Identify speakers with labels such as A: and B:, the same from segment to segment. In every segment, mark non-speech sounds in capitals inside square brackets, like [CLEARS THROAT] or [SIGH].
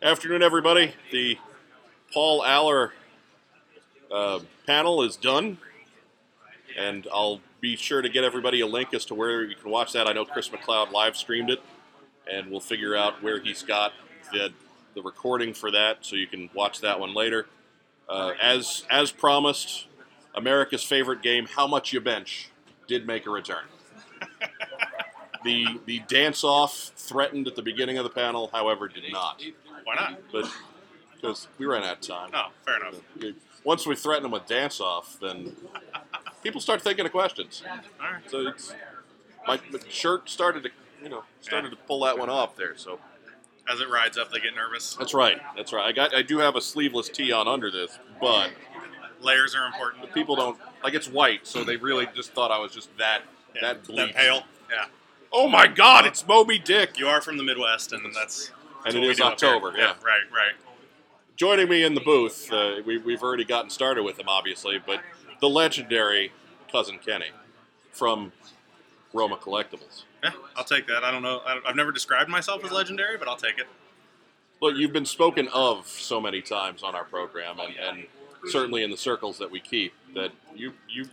A: Afternoon, everybody. The Paul Aller uh, panel is done, and I'll be sure to get everybody a link as to where you can watch that. I know Chris McLeod live streamed it, and we'll figure out where he's got the, the recording for that, so you can watch that one later. Uh, as as promised, America's favorite game, How Much You Bench, did make a return. [LAUGHS] the the dance off threatened at the beginning of the panel, however, did not.
B: Why not?
A: But because we ran out of time.
B: Oh, fair enough.
A: Once we threaten them with dance off, then people start thinking of questions.
B: All right.
A: So it's my, my shirt started to you know started to pull that one off there. So
B: As it rides up, they get nervous.
A: that's right. That's right. I got I do have a sleeveless tee on under this, but
B: Layers are important.
A: people don't like it's white, so they really just thought I was just that
B: Yeah,
A: that bleak.
B: pale. Yeah.
A: Oh my God! It's Moby Dick.
B: You are from the Midwest, and that's.
A: And
B: that's
A: it
B: what we
A: is
B: do up here.
A: October, yeah.
B: Right. Right.
A: joining me in the booth, uh, we, we've already gotten started with him, obviously, but the legendary cousin Kenny from Roma Collectibles.
B: Yeah. I'll take that. I don't know. I, I've never described myself as legendary, but I'll take it.
A: Look, you've been spoken of so many times on our program, and, and certainly in the circles that we keep, that you you,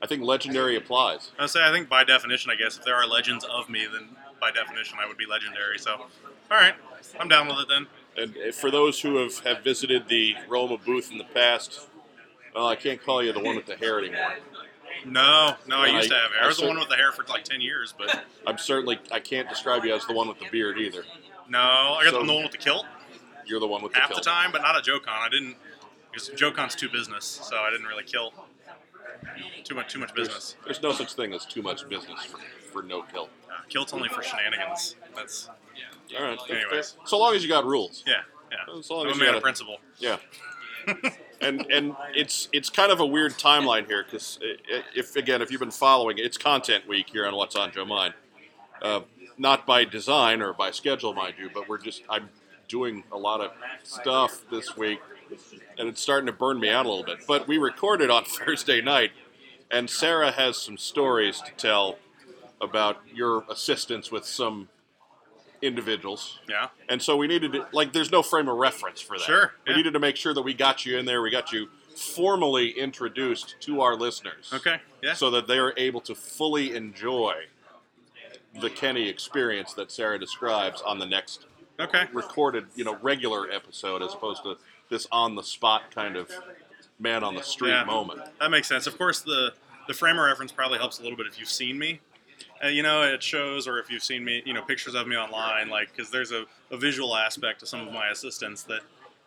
A: I think legendary applies.
B: I say I think by definition, I guess if there are legends of me, then by definition I would be legendary. So, all right, I'm down with it then.
A: And uh, for those who have, have visited the Roma booth in the past, well, I can't call you the one with the hair anymore.
B: No, no, I
A: Yeah,
B: used to
A: I-
B: have it.
A: I
B: I was the
A: cer-
B: one with the hair for like ten years, but
A: I'm certainly I can't describe you as the one with the beard either.
B: no, I got
A: So-
B: the one with the kilt
A: You're the one with the
B: half the
A: kilt.
B: time, but not at JoeCon. I didn't because JoeCon's too business, so I didn't really kill too much too much business.
A: There's no such thing as too much business for, for no kill.
B: Uh, kilt's only for shenanigans. That's
A: All right. that's
B: Anyways.
A: fair. So long as you got rules.
B: yeah, yeah.
A: As long
B: I'm a
A: as
B: man
A: you
B: of
A: got
B: principle.
A: yeah. and and it's it's kind of a weird timeline here because if again if you've been following it's content week here on What's on Joe Mind, uh, not by design or by schedule mind you, but we're just I'm doing a lot of stuff this week and it's starting to burn me out a little bit. But we recorded on [LAUGHS] Thursday night and Sarah has some stories to tell about your assistance with some individuals.
B: Yeah.
A: And so we needed to, like, there's no frame of reference for that.
B: Sure,
A: We
B: yeah.
A: needed to make sure that we got you in there. We got you formally introduced to our listeners.
B: Okay. Yeah.
A: So that they are able to fully enjoy the Kenny experience that Sarah describes on the next
B: Okay.
A: recorded, you know, regular episode as opposed to this on the spot kind of man on the street
B: Yeah.
A: moment.
B: That makes sense. Of course, the the frame of reference probably helps a little bit if you've seen me. Uh, you know, it shows, or if you've seen me, you know, pictures of me online, like because there's a, a visual aspect to some of my assistants that,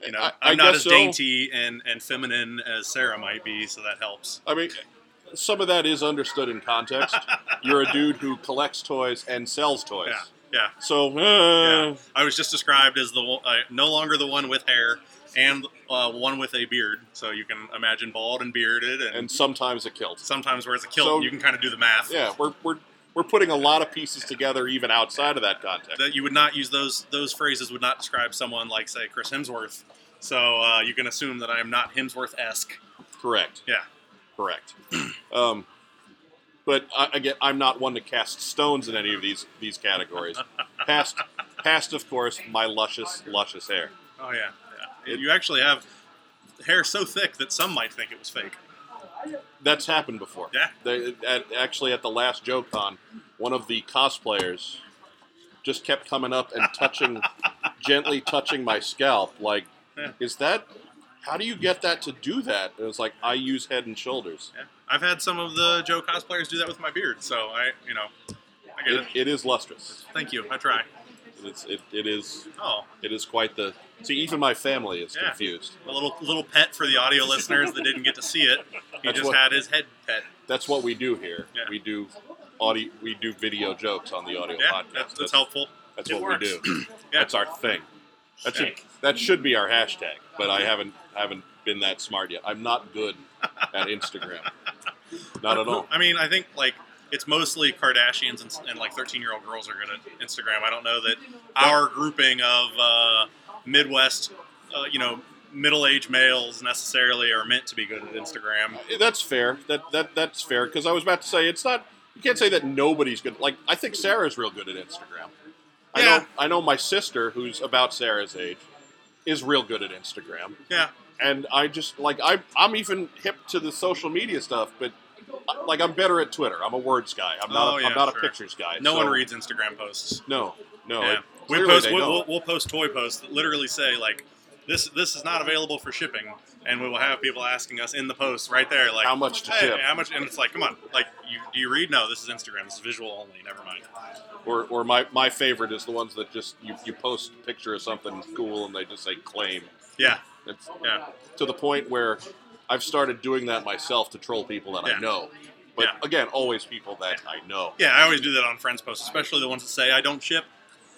B: you know,
A: I- I
B: I, am not
A: guess
B: as
A: so.
B: dainty and, and feminine as Sarah might be, so that helps.
A: I mean, some of that is understood in
B: [LAUGHS]
A: context. You're a dude who collects toys and sells toys.
B: Yeah, yeah,
A: So, uh,
B: yeah. I was just described as the one- uh, no longer the one with hair and uh, one with a beard, so you can imagine bald and bearded, and,
A: and sometimes a kilt.
B: sometimes wears a kilt.
A: So-
B: you can kind of do the math.
A: yeah, we're, we're we're putting a lot of pieces together even outside of that context.
B: that you would not use those those phrases would not describe someone like say Chris Hemsworth. So uh, you can assume that I am not Hemsworth esque.
A: Correct.
B: Yeah.
A: Correct. [CLEARS THROAT] um, but I, again, I'm not one to cast stones in any of these these categories. Past, past, of course, my luscious, luscious hair.
B: Oh yeah, yeah. you actually have hair so thick that some might think it was fake.
A: That's happened before.
B: Yeah.
A: They, at, actually, at the last joke con, one of the cosplayers just kept coming up and
B: [LAUGHS]
A: touching, gently touching my scalp. Like,
B: Yeah.
A: is that? How do you get that to do that? It was like I use Head and Shoulders.
B: Yeah. I've had some of the Joe cosplayers do that with my beard, so I you know I get
A: It,
B: it.
A: it is lustrous.
B: Thank you. I try.
A: It's, it, it is
B: Oh,
A: it is quite the. See, even my family is
B: Yeah.
A: confused.
B: a little little pet for the audio listeners that didn't get to see it. He
A: That's
B: just
A: what-
B: had his head pet.
A: That's what we do here.
B: Yeah.
A: We do audio. We do video jokes on the audio
B: Yeah,
A: podcast.
B: that's, that's helpful.
A: That's
B: It
A: what
B: works.
A: we do.
B: [CLEARS THROAT] Yeah.
A: That's our thing. That should, that should be our hashtag, but I haven't haven't been that smart yet. I'm not good at Instagram. Not at all.
B: I mean, I think like it's mostly Kardashians and, and like 13 year old girls are good at Instagram. I don't know that our grouping of uh, Midwest, uh, you know, middle aged males necessarily are meant to be good at Instagram.
A: That's fair. That that that's fair because I was about to say it's not. You can't say that nobody's good. Like I think Sarah's real good at Instagram. I
B: Yeah.
A: know. I know my sister, who's about Sarah's age, is real good at Instagram.
B: Yeah.
A: And I just like I I'm even hip to the social media stuff, but I- like I'm better at Twitter. I'm a words guy. I'm not.
B: Oh,
A: a,
B: yeah,
A: I'm not
B: sure.
A: a pictures guy.
B: No
A: so-
B: one reads Instagram posts.
A: No, no.
B: yeah.
A: it-
B: we
A: clearly
B: post,
A: they
B: we'll,
A: don't.
B: we'll, we'll post toy posts that literally say like, "This this is not available for shipping," and we will have people asking us in the post right there, like,
A: How much to
B: hey,
A: ship?
B: How much? And it's like, come on, like, you, do you read? No, this is Instagram. This is visual only. Never mind.
A: Or, or my, my favorite is the ones that just you, you post a picture of something cool and they just say claim.
B: Yeah,
A: It's
B: yeah,
A: to the point where I've started doing that myself to troll people that
B: Yeah.
A: I know. But
B: Yeah.
A: again, always people that I know.
B: yeah. I always do that on friends' posts, especially the ones that say I don't ship.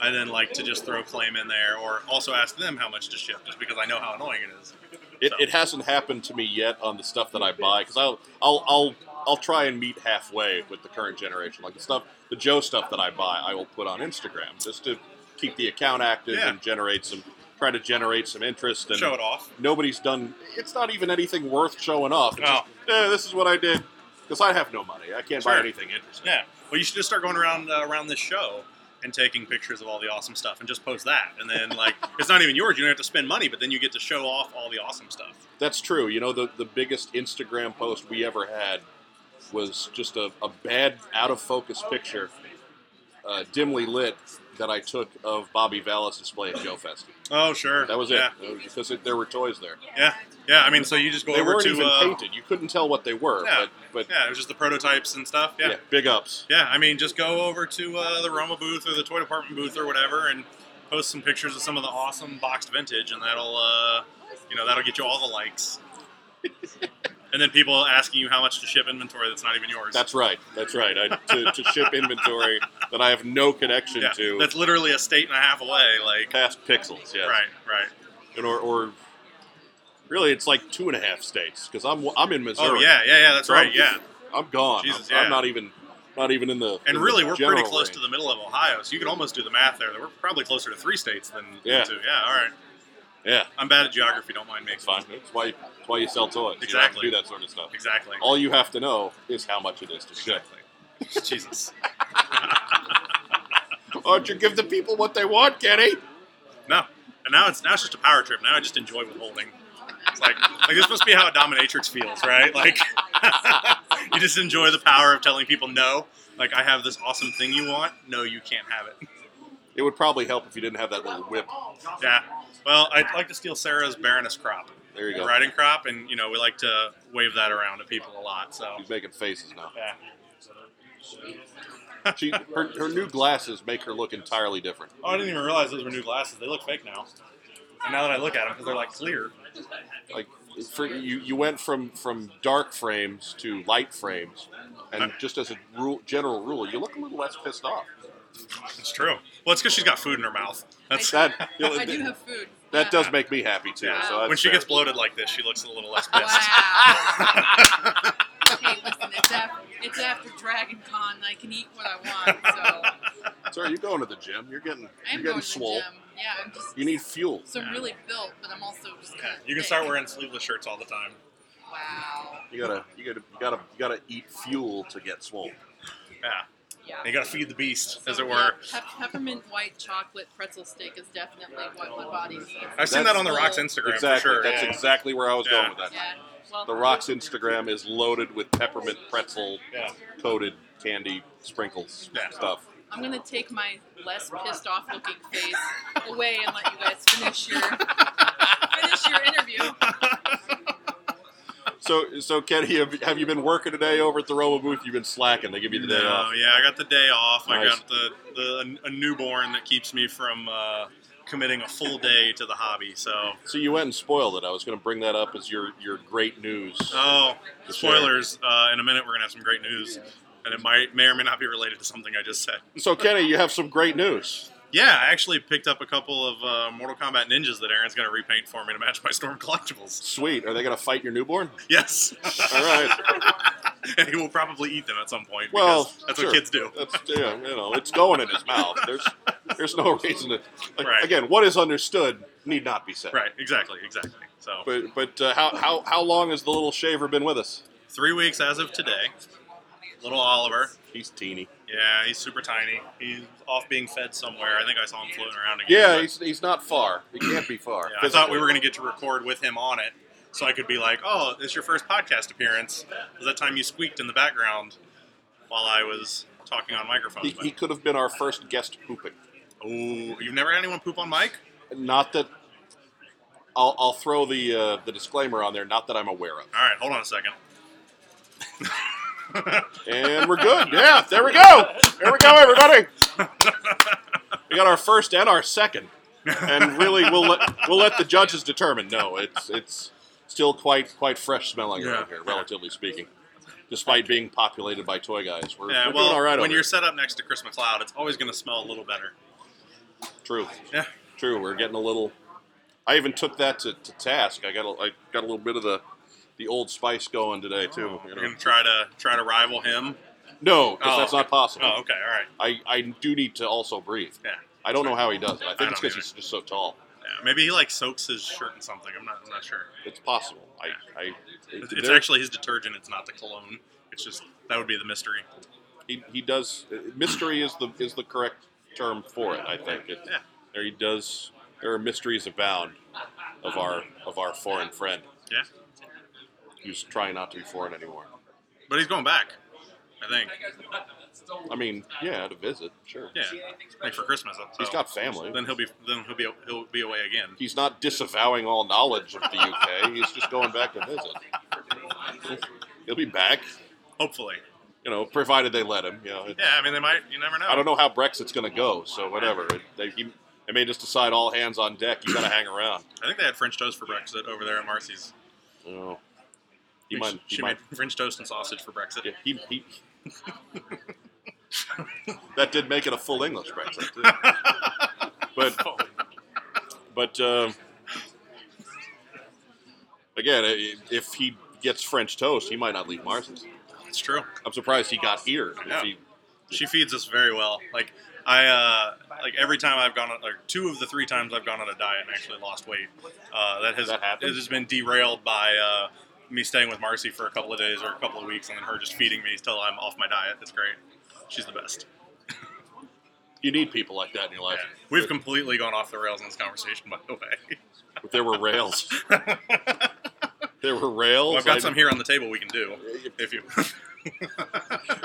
B: I then like to just throw claim in there, or also ask them how much to ship, just because I know how annoying it is.
A: It,
B: So-
A: it hasn't happened to me yet on the stuff that I buy because I'll, I'll I'll I'll try and meet halfway with the current generation. Like the stuff, the Joe stuff that I buy, I will put on Instagram just to keep the account active
B: Yeah.
A: and generate some try to generate some interest and
B: Show it off.
A: nobody's done. It's not even anything worth showing off. It's
B: No.
A: just, eh, this is what I did because I have no money. I can't
B: Sure.
A: buy anything interesting.
B: Yeah. Well, you should just start going around uh, around this show and taking pictures of all the awesome stuff and just post that. And then
A: [LAUGHS]
B: like it's not even yours. You don't have to spend money, but then you get to show off all the awesome stuff.
A: That's true. You know, the, the biggest Instagram post we ever had was just a, a bad, out of focus picture, uh, dimly lit, that I took of Bobby Vallis displaying Joe Fest.
B: Oh sure.
A: That was it.
B: Yeah.
A: It was because it, there were toys there.
B: Yeah. Yeah. I mean, so you just go
A: they
B: over
A: weren't
B: to
A: even
B: uh,
A: painted. You couldn't tell what they were,
B: Yeah.
A: but, but
B: yeah, it was just the prototypes and stuff.
A: yeah.
B: Yeah.
A: big ups.
B: Yeah. I mean, just go over to uh, the Roma booth or the toy department booth or whatever and post some pictures of some of the awesome boxed vintage, and that'll uh, you know that'll get you all
A: [LAUGHS]
B: the likes. and then people asking you how much to ship inventory that's not even yours.
A: That's right. That's right. I, to, to ship inventory that I have no connection
B: Yeah,
A: to
B: That's literally a state and a half away. Like,
A: past pixels. Yeah.
B: right, right.
A: And or, or really, it's like two and a half states because I'm I'm in Missouri.
B: Oh yeah, yeah, yeah. That's
A: So
B: right.
A: I'm-
B: Yeah,
A: I'm gone.
B: Jesus,
A: I'm, I'm
B: yeah.
A: not even not even in the.
B: and
A: in
B: really,
A: the
B: we're pretty
A: general
B: close
A: range.
B: to the middle of Ohio, so you can almost do the math there. That we're probably closer to three states than than
A: Yeah.
B: two. Yeah, all right.
A: Yeah,
B: I'm bad at geography. Don't mind me.
A: it's fine. That's why that's why you sell toys. You don't have to
B: Exactly.
A: do that sort of stuff.
B: Exactly.
A: All you have to know is how much it is to ship.
B: Exactly. Jesus.
A: Why don't you give the people what they want, Kenny?
B: No. And now it's now it's just a power trip. Now I just enjoy withholding. It's like like this must be how a dominatrix feels, right? Like [LAUGHS] you just enjoy the power of telling people no. Like I have this awesome thing you want. No, you can't have it.
A: It would probably help if you didn't have that little whip.
B: Yeah. Well, I'd like to steal Sarah's Baroness crop,
A: There you
B: a
A: go.
B: riding crop, and you know we like to wave that around to people a lot. So
A: She's making faces now.
B: yeah,
A: She her, her new glasses make her look entirely different.
B: oh, I didn't even realize those were new glasses. They look fake now. And now that I look at them, because they're like clear.
A: Like for, you, you went from from dark frames to light frames, and just as a rule, general rule, you look a little less pissed off.
B: It's true. Well, it's because she's got food in her mouth. That's
A: That
C: [LAUGHS] I do have food.
A: that does make me happy too.
B: yeah.
A: So that's
B: when she
A: fair.
B: gets bloated like this, she looks a little less
A: [LAUGHS]
C: Wow.
B: pissed.
C: okay, listen, it's after, it's after Dragon Con. I can eat what I want,
A: [LAUGHS]
C: so
A: Sir, you're going to the gym. You're getting
C: I am
A: you're getting
C: going to
A: swole.
C: the gym. Yeah, I'm just.
A: You need fuel.
C: So I'm really built, but I'm also just.
B: Yeah.
C: Kind of
B: You can start wearing sleeveless shirts all the time.
C: Wow.
A: You gotta you gotta you gotta you gotta eat fuel to get swole.
B: Yeah.
C: Yeah.
B: And you gotta feed the beast, as
C: So,
B: it were.
C: yeah, pep- peppermint white chocolate pretzel stick is definitely what my body
A: [LAUGHS]
C: needs.
B: I've seen that
A: That's
B: on the Rock's Instagram
A: exactly.
B: for sure.
A: That's
B: yeah.
A: exactly where I was
B: Yeah.
A: going with that.
C: Yeah. Well,
A: The Rock's Instagram is loaded with peppermint pretzel
B: Yeah.
A: coated candy sprinkles
B: Yeah.
A: stuff.
C: I'm gonna take my less pissed off looking face away and let you guys finish
A: [LAUGHS]
C: your finish your interview.
A: So so Kenny, have, have you been working today over at the Roma booth? You've been slacking. They give you the day
B: No,
A: off.
B: yeah, I got the day off. I
A: Nice.
B: got the, the a newborn that keeps me from uh, committing a full day to the hobby. So,
A: So you went and spoiled it. I was going to bring that up as your your great news.
B: oh,
A: Sure.
B: spoilers! Uh, in a minute, we're gonna have some great news, and it might may or may not be related to something I just said.
A: So Kenny, you have some great news.
B: Yeah, I actually picked up a couple of uh, Mortal Kombat ninjas that Aaron's gonna repaint for me to match my Storm collectibles. [LAUGHS]
A: Sweet. Are they going to fight your newborn?
B: Yes, [LAUGHS]
A: All right.
B: and he will probably eat them at some point.
A: Well,
B: because that's
A: sure.
B: what kids do.
A: That's yeah, you know, it's going in his mouth. There's there's no reason to like,
B: Right.
A: again, what is understood need not be said.
B: Right? Exactly. Exactly. So,
A: But but uh, how how how long has the little shaver been with us?
B: three weeks as of today. Little Oliver.
A: He's teeny.
B: Yeah, he's super tiny. He's off being fed somewhere. I think I saw him floating around again.
A: Yeah,
B: but-
A: he's, he's not far. He can't be far.
B: Yeah, I thought we were going to get to record with him on it, so I could be like, "Oh, it's your first podcast appearance." It Was that time you squeaked in the background while I was talking on microphone?
A: He, he could have been our first guest pooping.
B: oh, you've never had anyone poop on mic?
A: Not that. I'll, I'll throw the uh, the disclaimer on there. Not that I'm aware of.
B: All right, hold on a second.
A: And we're good. Yeah, there we go. There we go,
B: [LAUGHS]
A: everybody. We got our first and our second. And really, we'll let we'll let the judges determine. No, it's it's still quite quite fresh smelling
B: Yeah.
A: around here, relatively speaking. Despite being populated by toy guys, we're,
B: Yeah,
A: we're
B: well,
A: doing all right.
B: when
A: over
B: you're set up next to Chris McLeod, it's always going to smell a little better.
A: here. true,
B: Yeah.
A: true, we're getting a little. I even took that to, to task. I got a, I got a little bit of the the old spice going today too. you
B: You're
A: know.
B: going to try to try to rival him.
A: No, 'cause
B: Oh,
A: that's not possible.
B: Oh, okay, all right.
A: I, I do need to also breathe.
B: Yeah.
A: I don't know how he does it. I think
B: I
A: it's
B: don't
A: because
B: either.
A: he's just so tall.
B: Yeah, maybe he like soaks his shirt in something. I'm not. I'm not sure.
A: It's possible. I, I
B: It's,
A: there-
B: it's actually his detergent. It's not the cologne. It's just that would be the mystery.
A: he, he does uh, mystery is the is the correct term for it. I think it,
B: Yeah.
A: there he does. There are mysteries abound of our of our foreign friend
B: Yeah,
A: who's trying not to be foreign anymore.
B: but he's going back. I think.
A: I mean, yeah, to visit, sure.
B: Yeah, like for Christmas. So.
A: He's got family.
B: Then he'll be. Then he'll be. He'll be away again.
A: He's not disavowing all knowledge of the UK. He's just going back to visit. He'll be back,
B: Hopefully.
A: you know, provided they let him. You know,
B: Yeah, I mean they might. You never know.
A: I don't know how Brexit's going to go, so whatever. It, they, he, they may just decide all hands on deck. You got to hang around.
B: I think they had French toast for Brexit over there at Marcy's.
A: You know, he
B: I think
A: might.
B: she,
A: He
B: she
A: might.
B: made French toast and sausage for Brexit.
A: yeah, he, he, [LAUGHS] that did make it a full English Brexit, too.
B: [LAUGHS]
A: but but um again, i- if he gets French toast, he might not leave Mars's.
B: It's true.
A: I'm surprised he got here.
B: Yeah.
A: If he,
B: She feeds us very well. Like I, uh, like every time I've gone on, like two of the three times I've gone on a diet and actually lost weight, uh, that has
A: That happens?
B: it has been derailed by uh, me staying with Marcy for a couple of days or a couple of weeks, and then her just feeding me till I'm off my diet. That's great. She's the best.
A: you need people like that in your life.
B: Yeah. We've completely gone off the rails in this conversation, by the way.
A: If there were rails.
B: [LAUGHS]
A: there were rails.
B: Well, I've got
A: I'd-
B: some here on the table we can do if you. [LAUGHS]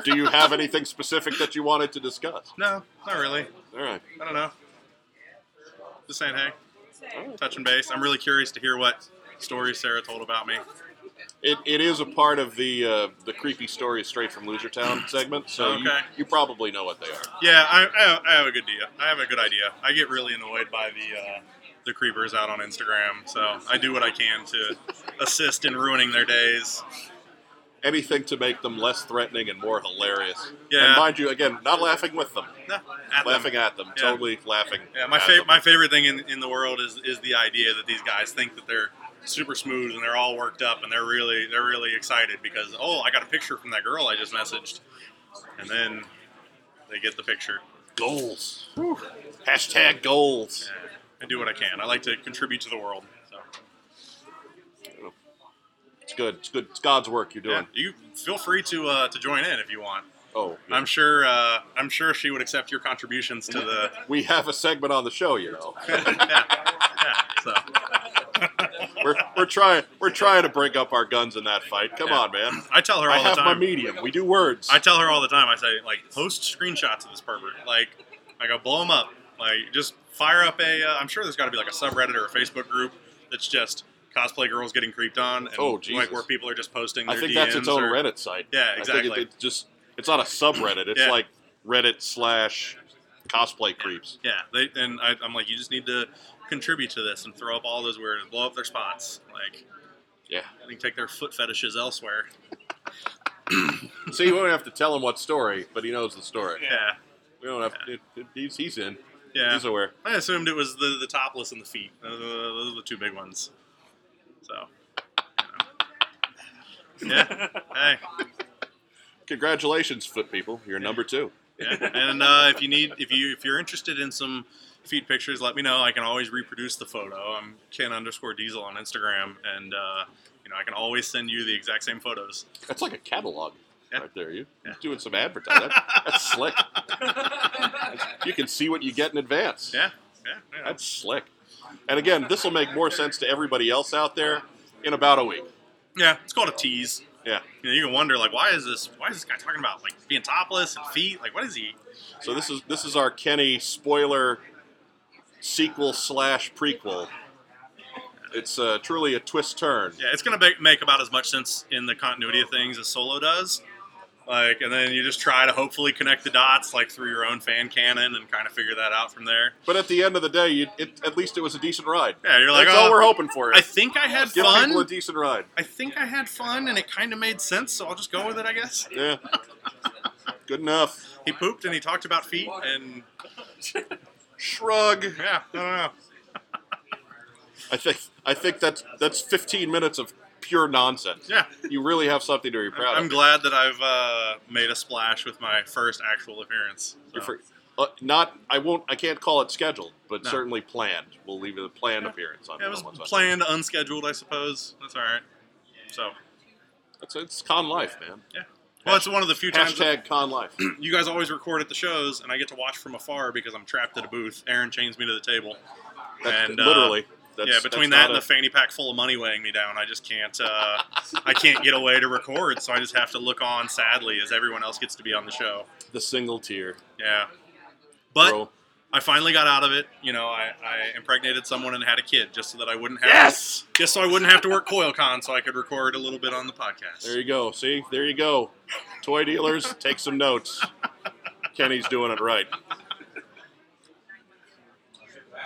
A: Do you have anything specific that you wanted to discuss?
B: no, not really.
A: All right.
B: I don't know. Just saying, hey, touching base. I'm really curious to hear what stories Sarah told about me.
A: It, it is a part of the uh, the creepy stories straight from Losertown segment, so you,
B: Okay.
A: you probably know what they are.
B: Yeah, I, I, I have a good idea. I have a good idea. I get really annoyed by the uh, the creepers out on Instagram, so I do what I can to assist in ruining their days.
A: Anything to make them less threatening and more hilarious. And
B: Yeah.
A: mind you, again, not laughing with them,
B: No, at them.
A: laughing at them,
B: Yeah.
A: totally laughing.
B: Yeah, my
A: at
B: fa-
A: them.
B: my favorite thing in, in the world is is the idea that these guys think that they're super smooth and they're all worked up and they're really they're really excited because oh I got a picture from that girl I just messaged, and then they get the picture.
A: goals. Hashtag goals.
B: Yeah, I do what I can. I like to contribute to the world. So
A: It's good. It's good. It's God's work you're
B: yeah,
A: doing.
B: you feel free to uh, to join in if you want.
A: Oh, yeah.
B: I'm sure uh, I'm sure she would accept your contributions to the [LAUGHS]
A: we have a segment on the show, you know.
B: yeah, yeah, so.
A: we're, we're trying we're trying to bring up our guns in that fight. Come
B: Yeah.
A: on, man.
B: I tell her all
A: I
B: the
A: have
B: time.
A: my medium. We do words.
B: I tell her all the time. I say like, post screenshots of this pervert. Like, I go blow him up. Like, just fire up a. Uh, I'm sure there's got to be like a subreddit or a Facebook group that's just cosplay girls getting creeped on. And,
A: Oh, Jesus.
B: Like where people are just posting.
A: I
B: their
A: think that's its
B: DMs
A: own
B: or-
A: Reddit site.
B: Yeah,
A: I think it,
B: exactly.
A: it's just it's not a subreddit. It's
B: Yeah.
A: like Reddit slash cosplay creeps.
B: Yeah, they and I, I'm like, you just need to contribute to this and throw up all those weird, blow up their spots. Like,
A: Yeah.
B: I think take their foot fetishes elsewhere.
A: See, we don't have to tell him what story, but he knows the story.
B: Yeah,
A: We don't have. It, it- he's he's in.
B: yeah.
A: He's aware.
B: I assumed it was the the topless and the feet. Those are the- those are the two big ones. So. you know. Yeah. Hey.
A: Congratulations, foot people. You're number two.
B: Yeah. And uh, if you need, if you if you're interested in some feet pictures, let me know. I can always reproduce the photo. I'm Ken underscore Diesel on Instagram, and uh, you know I can always send you the exact same photos.
A: That's like a catalog.
B: Yeah.
A: right there. You
B: Yeah.
A: doing some advertising? That- that's
B: [LAUGHS]
A: slick. You can see what you get in advance.
B: Yeah, yeah, yeah.
A: That's slick. And again, this will make more sense to everybody else out there in about a week.
B: yeah. It's called a tease.
A: Yeah.
B: You know, you can wonder like, why is this? Why is this guy talking about like being topless and feet? Like, what is he?
A: So this is this is our Kenny spoiler sequel slash prequel. It's uh, truly a twist turn.
B: Yeah, it's gonna make, make about as much sense in the continuity of things as Solo does. Like, and then you just try to hopefully connect the dots like through your own fan canon and kind of figure that out from there.
A: But at the end of the day, you, it, at least it was a decent ride.
B: Yeah, you're like,
A: That's
B: oh,
A: all we're hoping for.
B: I think I had
A: Give people a
B: fun.
A: decent ride.
B: I think I had fun, and it kind of made sense, so I'll just go with it, I guess.
A: Yeah. Good enough.
B: He pooped and he talked about feet, and
A: Shrug.
B: yeah, I don't know.
A: I think I think that's that's 15 minutes of pure nonsense.
B: Yeah,
A: You really have something to be proud
B: I'm
A: of.
B: glad that I've uh, made a splash with my first actual appearance. so.
A: You're fr- uh, not I won't I can't call it scheduled, but
B: No.
A: certainly planned. We'll leave it a planned
B: Yeah.
A: appearance on
B: Yeah, it
A: on
B: was
A: one side.
B: planned, unscheduled, I suppose. That's all right. So,
A: It's, it's con life, man.
B: well, it's one of the few times
A: Hashtag con life.
B: you guys always record at the shows, and I get to watch from afar because I'm trapped at a booth. Aaron chains me to the table,
A: That's-
B: and uh,
A: literally. That's,
B: yeah, between
A: that's
B: that and
A: not
B: the fanny pack full of money weighing me down, I just can't.
A: [LAUGHS]
B: Uh, I can't get away to record, so I just have to look on sadly as everyone else gets to be on the show.
A: a- the single tier.
B: Yeah, but
A: bro.
B: I finally got out of it. You know, I, I impregnated someone and had a kid just so that I wouldn't have
A: Yes.
B: just so I wouldn't have to work CoilCon, so I could record a little bit on the podcast.
A: There you go. See, there you go. Toy dealers, take some notes. Kenny's doing it right.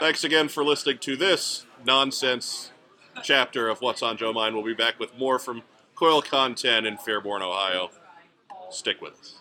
A: Thanks again for listening to this nonsense chapter of What's on Joe Mind. We'll be back with more from Coil Content in Fairborn, Ohio. Stick with us.